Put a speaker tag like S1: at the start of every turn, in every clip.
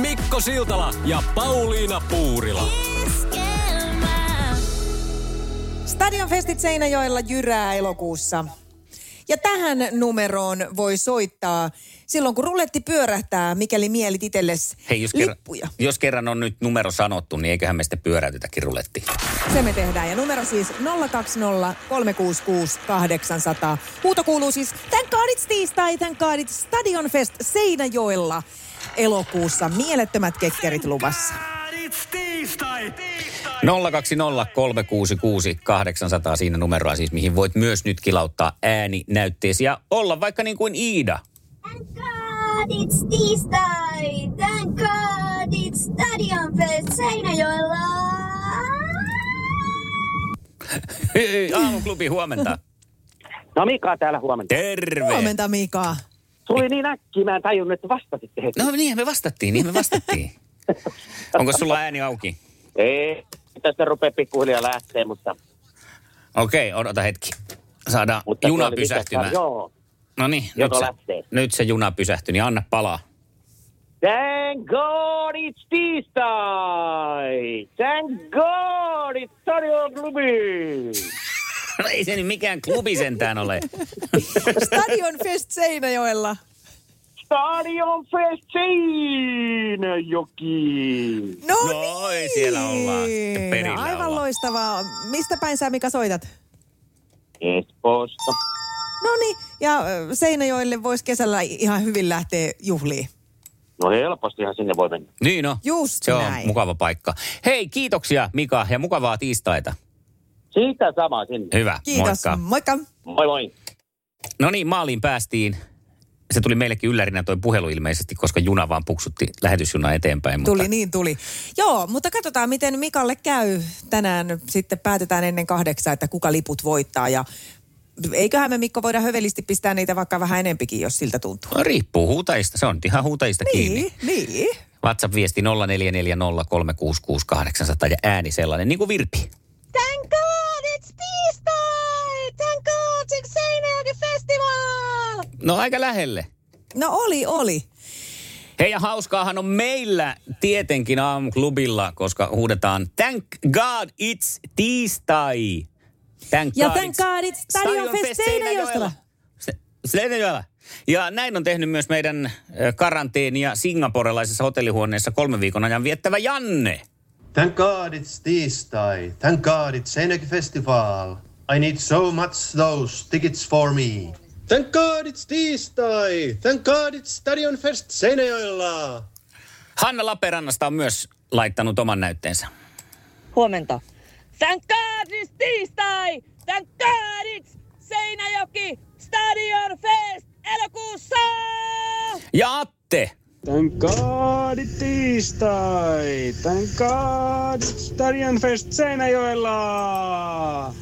S1: Mikko Siltala ja Pauliina Puurila.
S2: Stadionfestit Seinäjoella jyrää elokuussa. Ja tähän numeroon voi soittaa silloin, kun ruletti pyörähtää, mikäli mielit itsellesi
S3: Hei, jos kerran,
S2: lippuja.
S3: jos kerran on nyt numero sanottu, niin eiköhän me sitten pyöräytetä kiruletti.
S2: Se me tehdään. Ja numero siis 020 366 800. Huuto kuuluu siis Tän kaadits tiistai, tän kaadits Stadionfest Seinäjoella elokuussa. Mielettömät kekkerit luvassa.
S4: It's tiistai. tiistai.
S3: 020366800 siinä numeroa siis, mihin voit myös nyt kilauttaa ääni näytteesi ja olla vaikka niin kuin Iida.
S5: Thank God it's tiistai! Thank God it's Stadion Fest Seinäjoella!
S3: Hei, hei, Aamuklubi, huomenta.
S6: No Mika täällä huomenta.
S3: Terve.
S2: Huomenta Mika.
S6: Tuli niin äkkiä, mä en tajunnut, että vastasitte heti.
S3: No niin, me vastattiin, niin me vastattiin. Onko sulla ääni auki?
S6: Ei, tästä rupeaa pikkuhiljaa lähtee, mutta...
S3: Okei, odota hetki. Saadaan
S6: mutta
S3: juna
S6: se oli
S3: pysähtymään.
S6: mikäs- Joo.
S3: No niin, nyt,
S6: Joko
S3: se-
S6: lähtee.
S3: nyt se juna pysähtyi, niin anna palaa.
S6: Thank God it's tiistai! Thank God it's Stadion Klubi!
S3: No ei se nyt mikään klubi sentään ole.
S2: Stadionfest Seinäjoella.
S6: Stadion Fest Seinäjoki!
S2: No
S3: No, ei siellä ollaan. Sitten perillä
S2: Aivan
S3: ollaan.
S2: loistavaa. Mistä päin sä Mika soitat?
S6: Espoosta.
S2: No niin, ja ö, Seinäjoelle voisi kesällä ihan hyvin lähteä juhliin.
S6: No helpostihan sinne voi mennä.
S3: Niin no,
S2: Just
S3: se on
S2: näin.
S3: mukava paikka. Hei, kiitoksia Mika ja mukavaa tiistaita.
S6: Siitä sama sinne.
S3: Hyvä,
S2: Kiitos,
S3: moikka.
S2: moikka.
S6: Moi moi.
S3: No niin, maaliin päästiin. Se tuli meillekin yllärinä toi puhelu ilmeisesti, koska juna vaan puksutti lähetysjuna eteenpäin. Mutta...
S2: Tuli niin, tuli. Joo, mutta katsotaan, miten Mikalle käy tänään. Sitten päätetään ennen kahdeksaa, että kuka liput voittaa. Ja eiköhän me Mikko voida hövelisti pistää niitä vaikka vähän enempikin, jos siltä tuntuu.
S3: No, riippuu huutajista, se on ihan huutajista kiinni.
S2: Niin, niin.
S3: WhatsApp-viesti 0440366800 ja ääni sellainen, niin kuin Virpi.
S5: Thank God it's tiistai! Thank God it's Seinäjoki Festival!
S3: No aika lähelle.
S2: No oli, oli.
S3: Hei ja hauskaahan on meillä tietenkin aamuklubilla, koska huudetaan Thank God it's tiistai. Thank
S2: Ja
S3: God
S2: thank God it's Stadion Fest Seinäjoella.
S3: Se- Seinäjoella. Ja näin on tehnyt myös meidän ö, karanteenia singaporelaisessa hotellihuoneessa kolmen viikon ajan viettävä Janne.
S7: Thank God it's tiistai. Thank God it's Seinäjoki Festival. I need so much those tickets for me. Thank God it's tiistai. Thank God it's Stadion Fest Seinäjoella.
S3: Hanna Laperannasta on myös laittanut oman näytteensä.
S8: Huomenta. Thank God it's tiistai! Thank God it's Seinäjoki Stadion Fest elokuussa!
S3: Ja Atte.
S9: Thank God it's tiistai! Thank God it's Stadion Fest Seinäjoella!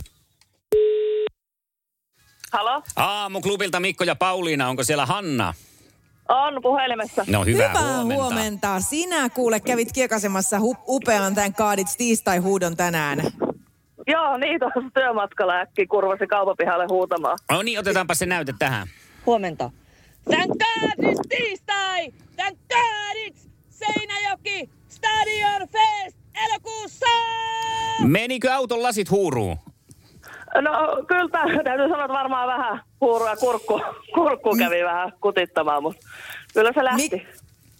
S8: Halo?
S3: Aamuklubilta Mikko ja Pauliina, onko siellä Hanna?
S8: On puhelimessa.
S3: No hyvää,
S2: Hyvää huomenta. huomenta. Sinä kuule kävit kiekasemassa hu- upean tämän kaadits tiistai-huudon tänään.
S8: Joo, niin tuossa työmatkalla äkki kurvasi kaupapihalle huutamaan.
S3: No niin, otetaanpa se näyte tähän.
S8: Huomenta. Thank God it's tiistai! Thank God it's Seinäjoki Stadion Fest elokuussa!
S3: Menikö auton lasit huuruun?
S8: No kyllä, tää- täytyy sanoa, että varmaan vähän huurua kurkku, kurkku kävi vähän kutittamaan, mutta kyllä se lähti.
S2: Mik-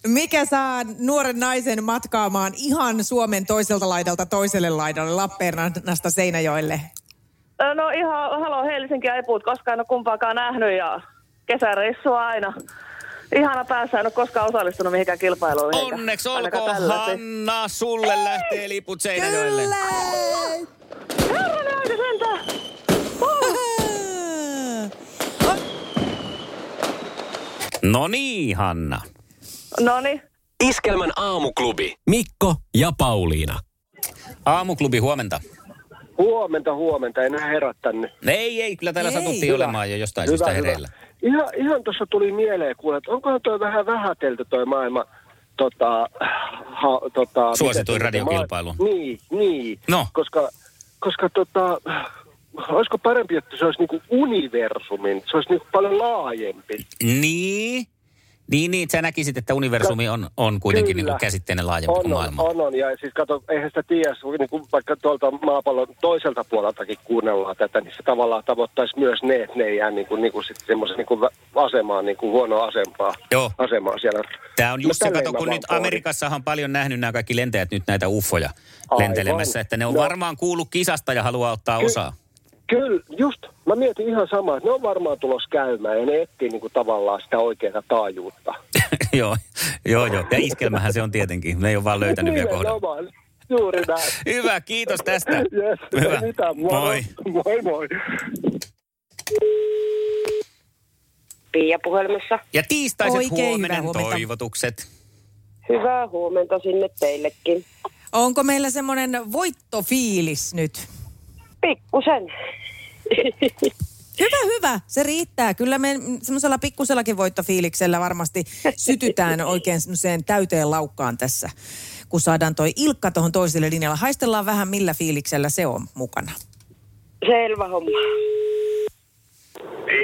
S2: mikä saa nuoren naisen matkaamaan ihan Suomen toiselta laidalta toiselle laidalle Lappeenrannasta Seinäjoelle?
S8: No ihan Halo Helsinki ja Eput, koskaan en ole kumpaakaan nähnyt ja kesäreissua aina. Ihana päässä, en ole koskaan osallistunut mihinkään
S6: No
S8: kilpailuun. eikä
S3: Onneksi
S8: ainakaan
S3: olkoon,
S8: tällaisiin.
S3: Hanna, sulle lähtee liput Seinäjoelle.
S2: Kyllä!
S8: Herranen aika sentään!
S3: No niin, Hanna.
S8: No niin,
S1: Iskelmän aamuklubi. Mikko ja Pauliina.
S3: Aamuklubi, huomenta.
S6: Huomenta, huomenta. Enää herät tänne.
S3: Ei, ei, kyllä täällä
S2: Ei.
S3: satuttiin olemaan jo jostain syystä hereillä.
S6: Ihan, ihan tuossa tuli mieleen, kuule, että onkohan toi vähän vähätelty toi maailma tota, ha, tota,
S3: Suosituin
S6: miten se-
S3: radiokilpailu.
S6: Ma- niin, niin.
S3: No.
S6: Koska, koska tota, olisiko parempi, että se olisi niinku universumin, se olisi niinku paljon laajempi.
S3: Niin, niin, niin, sä näkisit, että universumi on, on kuitenkin niin
S6: Kyllä.
S3: kuin käsitteenä laajempi kuin
S6: On, on,
S3: maailma.
S6: on, on, ja siis kato, eihän sitä tiedä, sun- niin kuin vaikka tuolta maapallon toiselta puoleltakin kuunnellaan tätä, niin se tavallaan tavoittaisi myös ne, että ne ei jää niin kuin, niin kuin sitten semmoisen niin kuin vä- asemaan, niin kuin huonoa asempaa,
S3: Joo.
S6: asemaa siellä.
S3: Tämä on
S6: Mut
S3: just se,
S6: tälleen
S3: kato,
S6: mä
S3: kun
S6: vaan
S3: nyt
S6: pohdin.
S3: Amerikassahan on paljon nähnyt nämä kaikki lentäjät nyt näitä uffoja
S6: Aivan.
S3: lentelemässä, että ne on
S6: No.
S3: varmaan kuullut kisasta ja haluaa ottaa
S6: Ky-
S3: osaa.
S6: Kyllä, just. Mä mietin ihan samaa, että ne on varmaan tulossa käymään ja ne etsii niin kuin tavallaan sitä oikeaa taajuutta.
S3: joo, joo, joo. Ja iskelmähän se on tietenkin. Ne ei ole vaan löytänyt
S6: Niin,
S3: vielä kohdalla.
S6: Nimenomaan. Juuri näin.
S3: Hyvä, kiitos tästä.
S6: no. Yes,
S3: Hyvä.
S6: Ei mitään. Moro.
S3: Moi.
S6: Moi moi.
S5: Pia puhelimessa.
S3: Ja tiistaiset
S2: Oikein hyvää
S3: huomenen
S2: huomenta.
S3: toivotukset.
S5: Hyvää huomenta sinne teillekin.
S2: Onko meillä semmoinen voittofiilis nyt?
S5: Pikkusen.
S2: Hyvä, hyvä. Se riittää. Kyllä me semmoisella pikkusellakin voittofiiliksellä varmasti sytytään oikein semmoiseen täyteen laukkaan tässä, kun saadaan toi Ilkka tuohon toiselle linjalle. Haistellaan vähän, millä fiiliksellä se on mukana.
S5: Selvä homma.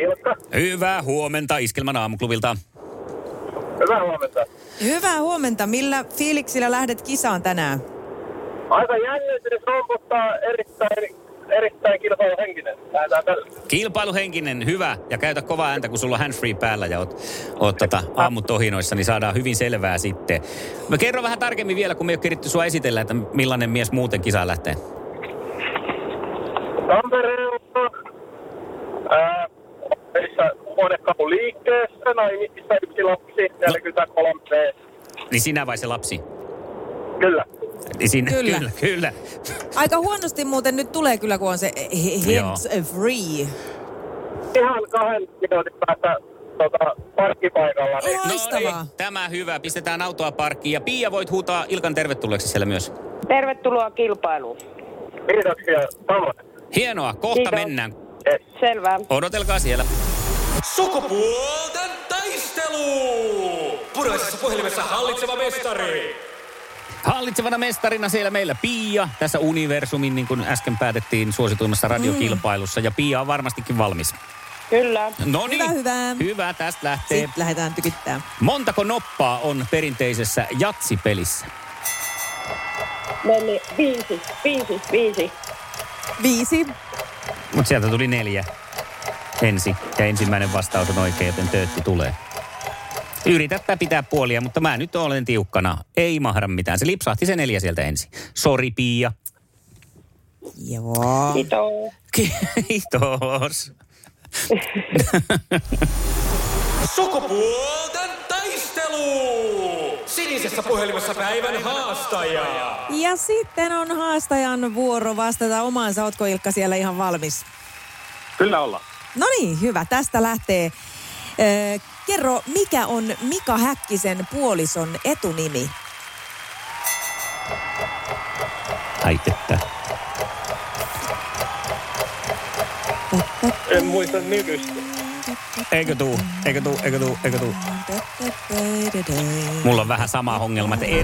S6: Ilta.
S3: Hyvää huomenta Iskelman aamuklubilta.
S6: Hyvää huomenta.
S2: Hyvää huomenta. Millä fiiliksillä lähdet kisaan tänään?
S6: Aika jännittynyt on, mutta erittäin, erittäin kilpailuhenkinen. Lähdetään tällä.
S3: Kilpailuhenkinen, hyvä. Ja käytä kovaa ääntä, kun sulla on handfree päällä ja oot, oot tota, aamut ohinoissa, niin saadaan hyvin selvää sitten. Mä kerron vähän tarkemmin vielä, kun me ei ole keritty sua esitellä, että millainen mies muuten kisaan lähtee.
S6: Tampereelta. Ää, missä huonekalu liikkeessä, naimissa yksi lapsi, 43 B.
S3: Niin sinä vai se lapsi?
S6: Kyllä.
S3: Niin sinä,
S2: Kyllä.
S3: kyllä, kyllä.
S2: Aika huonosti muuten nyt tulee kyllä, kun on se he- hands free.
S6: Ihan kahden minuutin päästä tota, parkkipaikalla. Niin.
S2: Loistavaa.
S3: No tämä hyvä. Pistetään autoa parkkiin. Ja Pia voit huutaa Ilkan tervetulleeksi siellä myös.
S5: Tervetuloa kilpailuun.
S6: Kiitoksia. Samoin.
S3: Hienoa, kohta
S5: Kiitos.
S3: mennään.
S5: Selvä.
S3: Odotelkaa siellä.
S4: Sukupuolten taistelu! Puraisessa puhelimessa hallitseva mestari.
S3: Hallitsevana mestarina siellä meillä Pia tässä Universumin, niin kuin äsken päätettiin, suosituimmassa radiokilpailussa. Ja Pia on varmastikin valmis.
S5: Kyllä.
S3: No niin.
S2: Hyvä, hyvä.
S3: Hyvä, tästä lähtee.
S2: Sitten lähdetään tykittämään.
S3: Montako noppaa on perinteisessä jatsipelissä?
S5: Meni viisi, viisi, viisi.
S2: Viisi.
S3: Mutta sieltä tuli neljä ensi. Ja ensimmäinen vastaus on oikein, joten töötti tulee. Yritäpä pitää puolia, mutta mä nyt olen tiukkana. Ei mahda mitään. Se lipsahti se neljä sieltä ensin. Sori Pia.
S2: Joo.
S5: Kiitos.
S3: Kiitos.
S4: Sukupuolten taistelu! Sinisessä puhelimessa päivän haastaja.
S2: Ja sitten on haastajan vuoro vastata omaansa. Ootko Ilkka siellä ihan valmis?
S6: Kyllä ollaan.
S2: No niin, hyvä. Tästä lähtee. Öö, kerro, mikä on Mika Häkkisen puolison etunimi?
S3: Ai että.
S6: En muista nykyistä.
S3: Eikö tuu, eikö tuu, eikö tuu, eikö tuu. Mulla on vähän sama ongelma, että eri.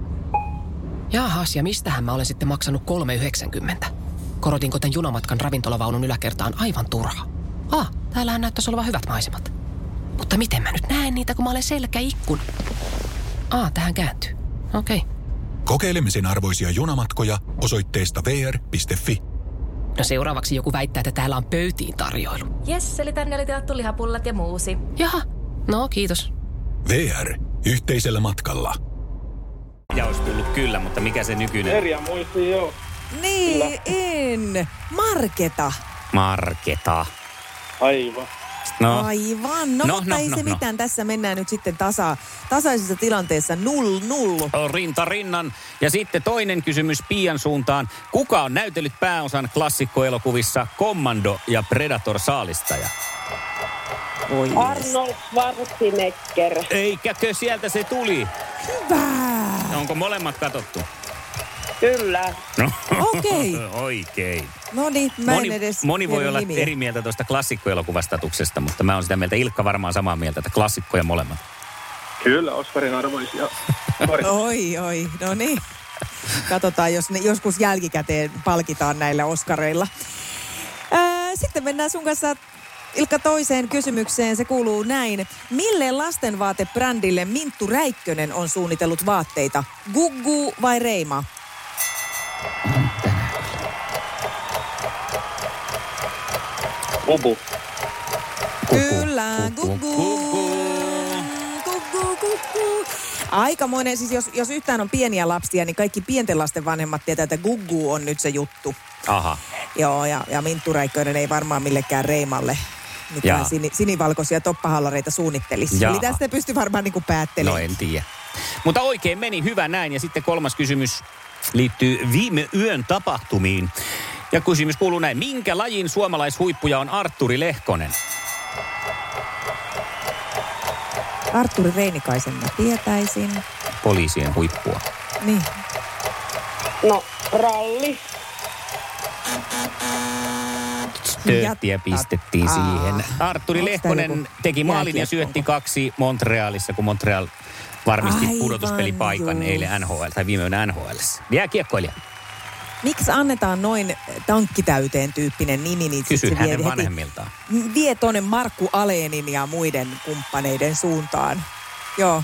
S10: Jaahas, ja mistähän mä olen sitten maksanut 3,90? Korotinko tämän junamatkan ravintolavaunun yläkertaan aivan turha? Ah, täällähän näyttäisi olevan hyvät maisemat. Mutta miten mä nyt näen niitä, kun mä olen selkäikkun? Ah, tähän kääntyy. Okei.
S11: Kokeilemisen arvoisia junamatkoja osoitteesta vr.fi.
S10: No seuraavaksi joku väittää, että täällä on pöytiin tarjoilu.
S12: Jes, eli tänne oli tilattu lihapullat ja muusi.
S10: Jaha, no kiitos.
S11: VR. Yhteisellä matkalla.
S3: Ja olisi tullut kyllä, mutta mikä se nykyinen?
S9: Merja muisti, joo.
S2: Niin, en. Marketa.
S3: Marketa.
S9: Aivan.
S3: No,
S2: Aivan. No,
S3: No,
S2: mutta
S3: no,
S2: ei
S3: no,
S2: se
S3: no.
S2: mitään. Tässä mennään nyt sitten tasa, tasaisessa tilanteessa null, null.
S3: on rinta rinnan. Ja sitten toinen kysymys Pian suuntaan. Kuka on näytellyt pääosan klassikkoelokuvissa Commando ja Predator saalistaja?
S2: Oi.
S5: Arnold Schwarzenegger.
S3: Eikäkö sieltä se tuli? Hyvä! Onko molemmat katsottu?
S5: Kyllä.
S3: No.
S2: Okei.
S3: Oikein.
S2: No niin, mä en
S3: Moni,
S2: edes
S3: moni voi
S2: tiedä
S3: olla
S2: nimiä.
S3: eri mieltä tuosta klassikkoelokuvastatuksesta, mutta mä oon sitä mieltä, Ilkka varmaan samaa mieltä, että klassikkoja molemmat.
S9: Kyllä, Oscarin arvoisia. Sori.
S2: Oi, oi, no niin. Katsotaan, jos ne joskus jälkikäteen palkitaan näillä oskareilla. Ää, sitten mennään sun kanssa Ilkka toiseen kysymykseen. Se kuuluu näin. Mille lastenvaatebrändille Minttu Räikkönen on suunnitellut vaatteita? Gugu vai Reima?
S9: Bubu.
S2: Kyllä, Gugu. Gugu, Gugu. Aikamoinen, siis jos, jos yhtään on pieniä lapsia, niin kaikki pienten lasten vanhemmat tietää, että Gugu on nyt se juttu.
S3: Aha.
S2: Joo, ja, ja Minttu Räikkönen ei varmaan millekään Reimalle mitään
S3: Jaa.
S2: sini, sinivalkoisia toppahallareita suunnittelisi.
S3: Jaa.
S2: Eli tästä pystyy varmaan niin
S3: No
S2: päättelemään.
S3: en tiedä. Mutta oikein meni, hyvä näin. Ja sitten kolmas kysymys liittyy viime yön tapahtumiin. Ja kysymys kuuluu näin. Minkä lajin suomalaishuippuja on Arturi Lehkonen?
S2: Arturi Reinikaisen mä tietäisin.
S3: Poliisien huippua.
S2: Niin.
S5: No, ralli.
S3: Tööttiä pistettiin
S2: Jatta.
S3: siihen. Arturi
S2: Onks
S3: Lehkonen
S2: tää joku
S3: teki maalin ja
S2: jääkiekko?
S3: syötti kaksi Montrealissa, kun Montreal varmisti
S2: Aivan
S3: pudotuspelipaikan
S2: juu.
S3: eilen NHL tai viime yönä NHL. Jääkiekkoilija.
S2: Miksi annetaan noin tankkitäyteen tyyppinen nimi, niin sit se
S3: Kysy
S2: vie,
S3: hänen
S2: heti,
S3: vanhemmiltaan.
S2: vie tuonne Markku Aleenin ja muiden kumppaneiden suuntaan. Joo.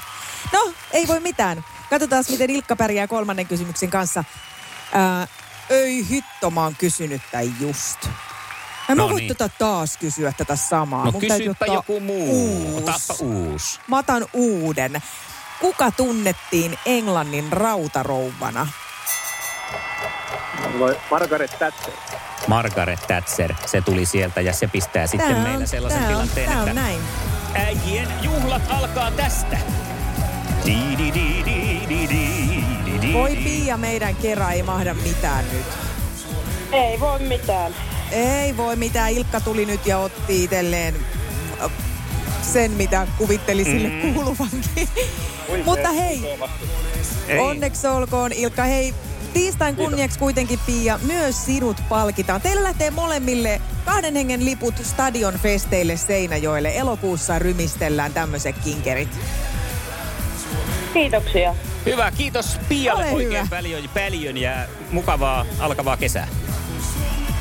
S2: No, ei voi mitään. Katsotaan, miten Ilkka pärjää kolmannen kysymyksen kanssa. Ää, öi hitto, mä oon kysynyt tämän just. En
S3: No
S2: mä voi
S3: niin.
S2: tätä taas kysyä tätä samaa.
S3: No
S2: Mun täytyy
S3: kysypä
S2: ottaa
S3: joku muu.
S2: uusi.
S3: Otapa uusi.
S2: Mä otan uuden. Kuka tunnettiin Englannin rautarouvana?
S9: Vai Margaret Thatcher.
S3: Margaret Thatcher, se tuli sieltä ja se pistää sitten
S2: Tää on-
S3: meillä sellaisen
S2: tää on-
S3: tilanteen,
S2: tää on
S3: että
S2: näin.
S3: äijien juhlat alkaa tästä. Di, di, di, di, di, di, di, di,
S2: Voi
S3: di.
S2: Pia, meidän kerran ei mahda mitään nyt.
S5: Ei voi mitään.
S2: Ei voi mitään. Ilkka tuli nyt ja otti itselleen äh, sen, mitä kuvitteli
S3: Mm-hmm.
S2: sille kuuluvankin. Mutta hei,
S3: Ei.
S2: onneksi olkoon Ilkka. Hei, tiistain kunniaksi kuitenkin Pia, myös sinut palkitaan. Teillä lähtee molemmille kahden hengen liput stadion festeille Seinäjoelle. Elokuussa rymistellään tämmöiset kinkerit.
S5: Kiitoksia.
S3: Hyvä, kiitos Pialle
S2: Ole
S3: oikein
S2: hyvä.
S3: paljon, paljon ja mukavaa alkavaa kesää.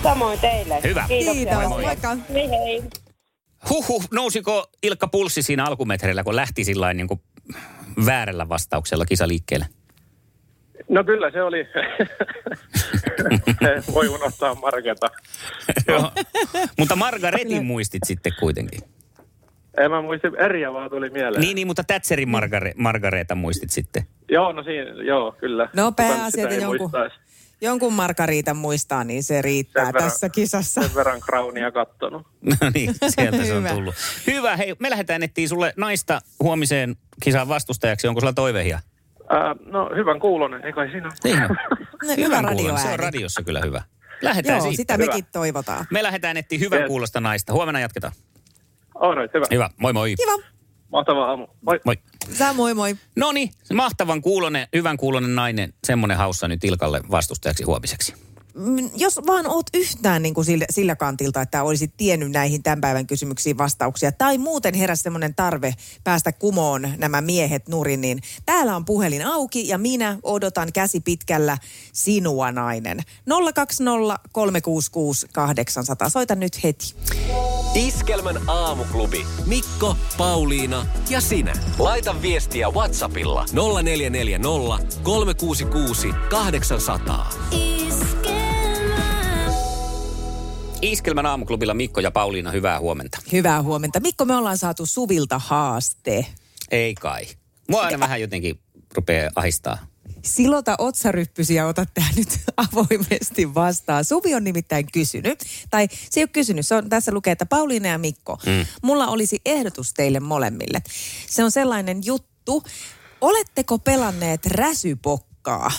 S5: Samoin teille.
S3: Hyvä.
S5: Kiitoksia.
S2: Kiitos,
S3: moi moi.
S2: moikka.
S5: Hei hei.
S3: Huhhuh, nousiko Ilkka pulssi siinä alkumetreillä, kun lähti sillä niin kuin väärällä vastauksella kisaliikkeelle?
S9: No kyllä se oli. Voi unohtaa Margeta.
S3: Mutta Margaretin muistit sitten kuitenkin.
S9: En mä muista, Erja vaan tuli mieleen.
S3: Niin, niin mutta Thatcherin Margare, Margareta muistit sitten.
S9: Joo, no siinä, joo, kyllä.
S2: No
S9: Kuka nyt
S2: pääasia,
S9: sitä
S2: että
S9: ei
S2: jonkun-
S9: muistaisi?
S2: Jonkun markariitan muistaa, niin se riittää
S9: Sen verran-
S2: tässä kisassa.
S9: Sen verran Crownia kattonut.
S3: No niin, sieltä se on
S2: Hyvä.
S3: tullut. Hyvä, hei, me lähdetään etsiä sulle naista huomiseen kisan vastustajaksi. Onko sulla toiveja?
S9: Ää, no, hyvän kuulonen, ei kai siinä ole.
S3: Ihan.
S2: No,
S3: Hyvän
S2: hyvä
S3: kuulonen. Se on
S2: radioääni.
S3: radiossa kyllä hyvä. Lähdetään
S2: Joo,
S3: siitä.
S2: sitä mekin toivotaan.
S3: Me lähdetään etsiä hyvän
S9: Yes.
S3: kuulosta naista. Huomenna jatketaan.
S9: All right, hyvä.
S3: Hyvä, moi moi.
S2: Kiva.
S9: Mahtava aamu. Moi.
S3: Moi.
S2: Sä moi moi.
S3: No niin, mahtavan kuulonen, hyvän kuulonen nainen, semmoinen haussa nyt Ilkalle vastustajaksi huomiseksi.
S2: Mm, jos vaan oot yhtään niin kuin sillä, sillä kantilta, että olisit tiennyt näihin tämän päivän kysymyksiin vastauksia, tai muuten heräsi semmoinen tarve päästä kumoon nämä miehet nurin, niin täällä on puhelin auki ja minä odotan käsi pitkällä sinua nainen. 020 366 800. Soita nyt heti.
S4: Iskelmän aamuklubi.
S1: Mikko, Pauliina ja sinä. Laita viestiä Whatsappilla 0440 366 800.
S3: Iskelmän aamuklubilla Mikko ja Pauliina, hyvää huomenta.
S2: Hyvää huomenta. Mikko, me ollaan saatu Suvilta haaste.
S3: Ei kai. Mua aina vähän jotenkin rupeaa ahistaa.
S2: Silota otsaryppysiä ota tämä nyt avoimesti vastaan. Suvi on nimittäin kysynyt, tai se ei ole kysynyt, se on, tässä lukee, että Pauliina ja Mikko, mm. mulla olisi ehdotus teille molemmille. Se on sellainen juttu, oletteko pelanneet räsypokkaa?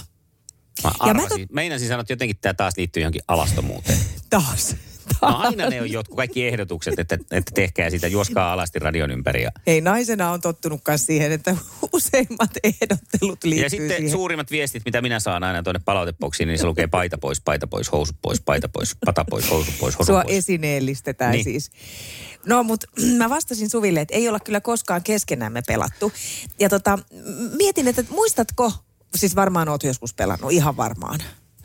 S3: Mä arvasin. Mä to... Meinasin sanoa, että jotenkin tämä taas liittyy johonkin alastomuuteen.
S2: Taas.
S3: No aina ne on jotkut kaikki ehdotukset, että, että tehkää sitä, juoskaa alasti radion ympäri. Ja,
S2: Ei naisena on tottunut myös siihen, että useimmat ehdottelut liittyy
S3: ja sitten
S2: siihen.
S3: suurimmat viestit, mitä minä saan aina tuonne palautepoksiin, niin se lukee paita pois, paita pois, housu pois, paita pois, pata pois, housu pois, hosu
S2: Sua
S3: pois.
S2: esineellistetään
S3: Niin.
S2: niin. siis. No mutta mä vastasin Suville, että ei olla kyllä koskaan keskenämme pelattu. Ja tota, m- mietin, että muistatko, siis varmaan oot joskus pelannut, ihan varmaan.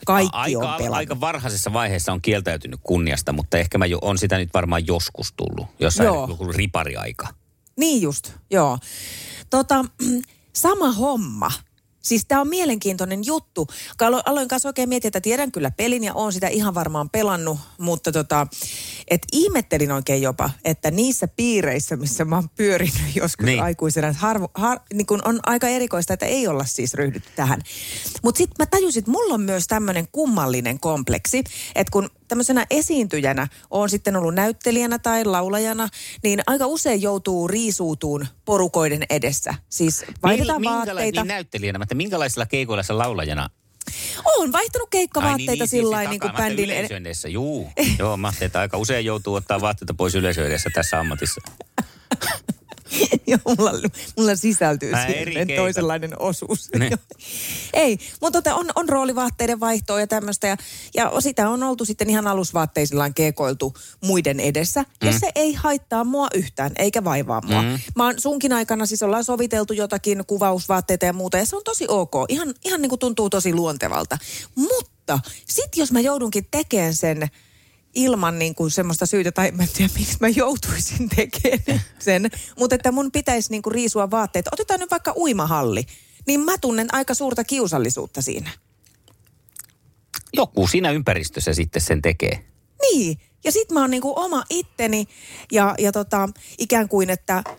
S2: Kaikki
S3: aika,
S2: on pelannut.
S3: aika varhaisessa vaiheessa on kieltäytynyt kunniasta, mutta ehkä mä jo, on sitä nyt varmaan joskus tullut, jossain
S2: Joo.
S3: joku ripariaika.
S2: Niin just, joo. Tota, sama homma. Siis tämä on mielenkiintoinen juttu. Ka- alo- Aloin kanssa oikein miettiä, että tiedän kyllä pelin ja oon sitä ihan varmaan pelannut, mutta tota, et ihmettelin oikein jopa, että niissä piireissä, missä mä oon pyörinyt joskus
S3: Niin.
S2: niin. aikuisena, että harvo, har, niin kun on aika erikoista, että ei olla siis ryhdytty tähän. Mutta sitten mä tajusin, että mulla on myös tämmöinen kummallinen kompleksi, että kun tämmöisenä esiintyjänä on sitten ollut näyttelijänä tai laulajana, niin aika usein joutuu riisuutuun porukoiden edessä. Siis vaihdetaan
S3: Mil- minkäla-
S2: vaatteita.
S3: Niin näyttelijänä, mutta minkälaisilla keikoilla sä laulajana?
S2: on vaihtanut keikkavaatteita
S3: Ai niin,
S2: sillä
S3: siis
S2: lailla niin kuin
S3: takaa- mä ajattelin
S2: bändin ed-
S3: yleisön edessä. Juu, joo, mä ajattelin, että aika usein joutuu ottaa vaatteita pois yleisön edessä tässä ammatissa.
S2: Joo, mulla, mulla sisältyy
S3: Vähän
S2: siihen
S3: eri keikat.
S2: toisenlainen osuus.
S3: Ne.
S2: Joo. Ei, mutta tota on, on roolivaatteiden vaihtoa ja tämmöistä. Ja, ja sitä on oltu sitten ihan alusvaatteisillaan keekoiltu muiden edessä. Ja
S12: Mm.
S2: se ei haittaa mua yhtään, eikä vaivaa mua.
S12: Mm.
S2: Mm. Mä oon sunkin aikana siis ollaan soviteltu jotakin kuvausvaatteita ja muuta. Ja se on tosi ok. Ihan, ihan niin kuin tuntuu tosi luontevalta. Mutta sit jos mä joudunkin tekemään sen ilman niin kuin semmoista syytä, tai mä en tiedä, miksi mä joutuisin tekemään sen, mutta että mun pitäisi niin kuin riisua vaatteet. Otetaan nyt vaikka uimahalli, niin mä tunnen aika suurta kiusallisuutta siinä.
S3: Joku siinä ympäristössä sitten sen tekee.
S2: Niin, ja sit mä oon niin kuin oma itteni, ja, ja tota, ikään kuin, että ö,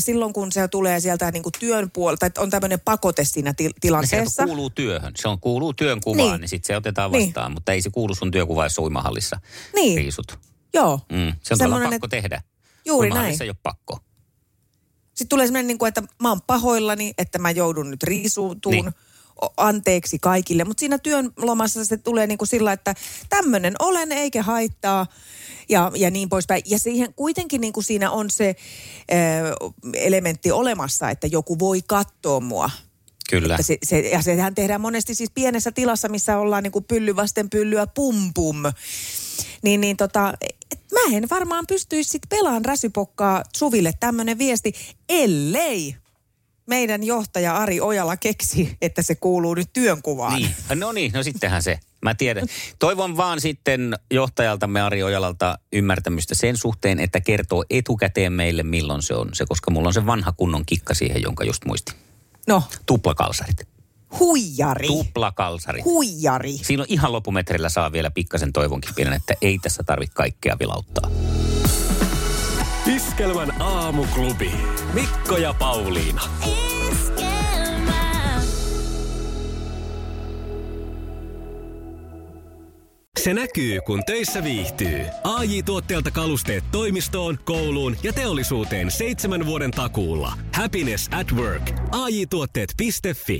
S2: silloin kun se tulee sieltä niin kuin työn puolelta, että on tämmöinen pakote siinä til-
S3: Se niinku
S2: tilanteessa.
S3: kuuluu työhön. Se on, kuuluu työn kuvaan, niin,
S2: Niin.
S3: niin sitten se otetaan
S2: Niin.
S3: vastaan. Mutta ei se kuulu sun työkuvaan, jos on uimahallissa
S2: Niin.
S3: riisut.
S2: Joo,
S3: Mm. Se on
S2: Semmonen,
S3: tavallaan pakko tehdä.
S2: juuri näin.
S3: Uimahallissa ei ole pakko.
S2: Sitten tulee semmoinen, niin kuin, että mä oon pahoillani, että mä joudun nyt riisuutuun.
S3: Niin.
S2: Niin. Anteeksi kaikille, mutta siinä työn lomassa se tulee niin kuin sillä, että tämmöinen olen eikä haittaa ja, ja niin poispäin. Ja siihen kuitenkin niin kuin siinä on se ö, elementti olemassa, että joku voi katsoa mua.
S3: Kyllä.
S2: Että se, se, ja sehän tehdään monesti siis pienessä tilassa, missä ollaan niin kuin pylly vasten pyllyä pum pum. Niin, niin tota, et mä en varmaan pystyisi sit pelaan räsypokkaa Suville tämmönen viesti, ellei meidän johtaja Ari Ojala keksi, että se kuuluu nyt työnkuvaan.
S3: Niin. No niin, no sittenhän se. Mä tiedän. Toivon vaan sitten johtajaltamme Ari Ojalalta ymmärtämystä sen suhteen, että kertoo etukäteen meille, milloin se on se, koska mulla on se vanha kunnon kikka siihen, jonka just muistin.
S2: No,
S3: Tuplakalsarit.
S2: huijari.
S3: Tuplakalsarit.
S2: Huijari.
S3: Siinä on ihan loppumetreillä saa vielä pikkasen toivonkin pienen, että ei tässä tarvitse kaikkea vilauttaa.
S1: Iskelmän aamuklubi. Mikko ja Pauliina. Se näkyy, kun töissä viihtyy. ai tuotteelta kalusteet toimistoon, kouluun ja teollisuuteen seitsemän vuoden takuulla. Happiness at work. AJ-tuotteet.fi.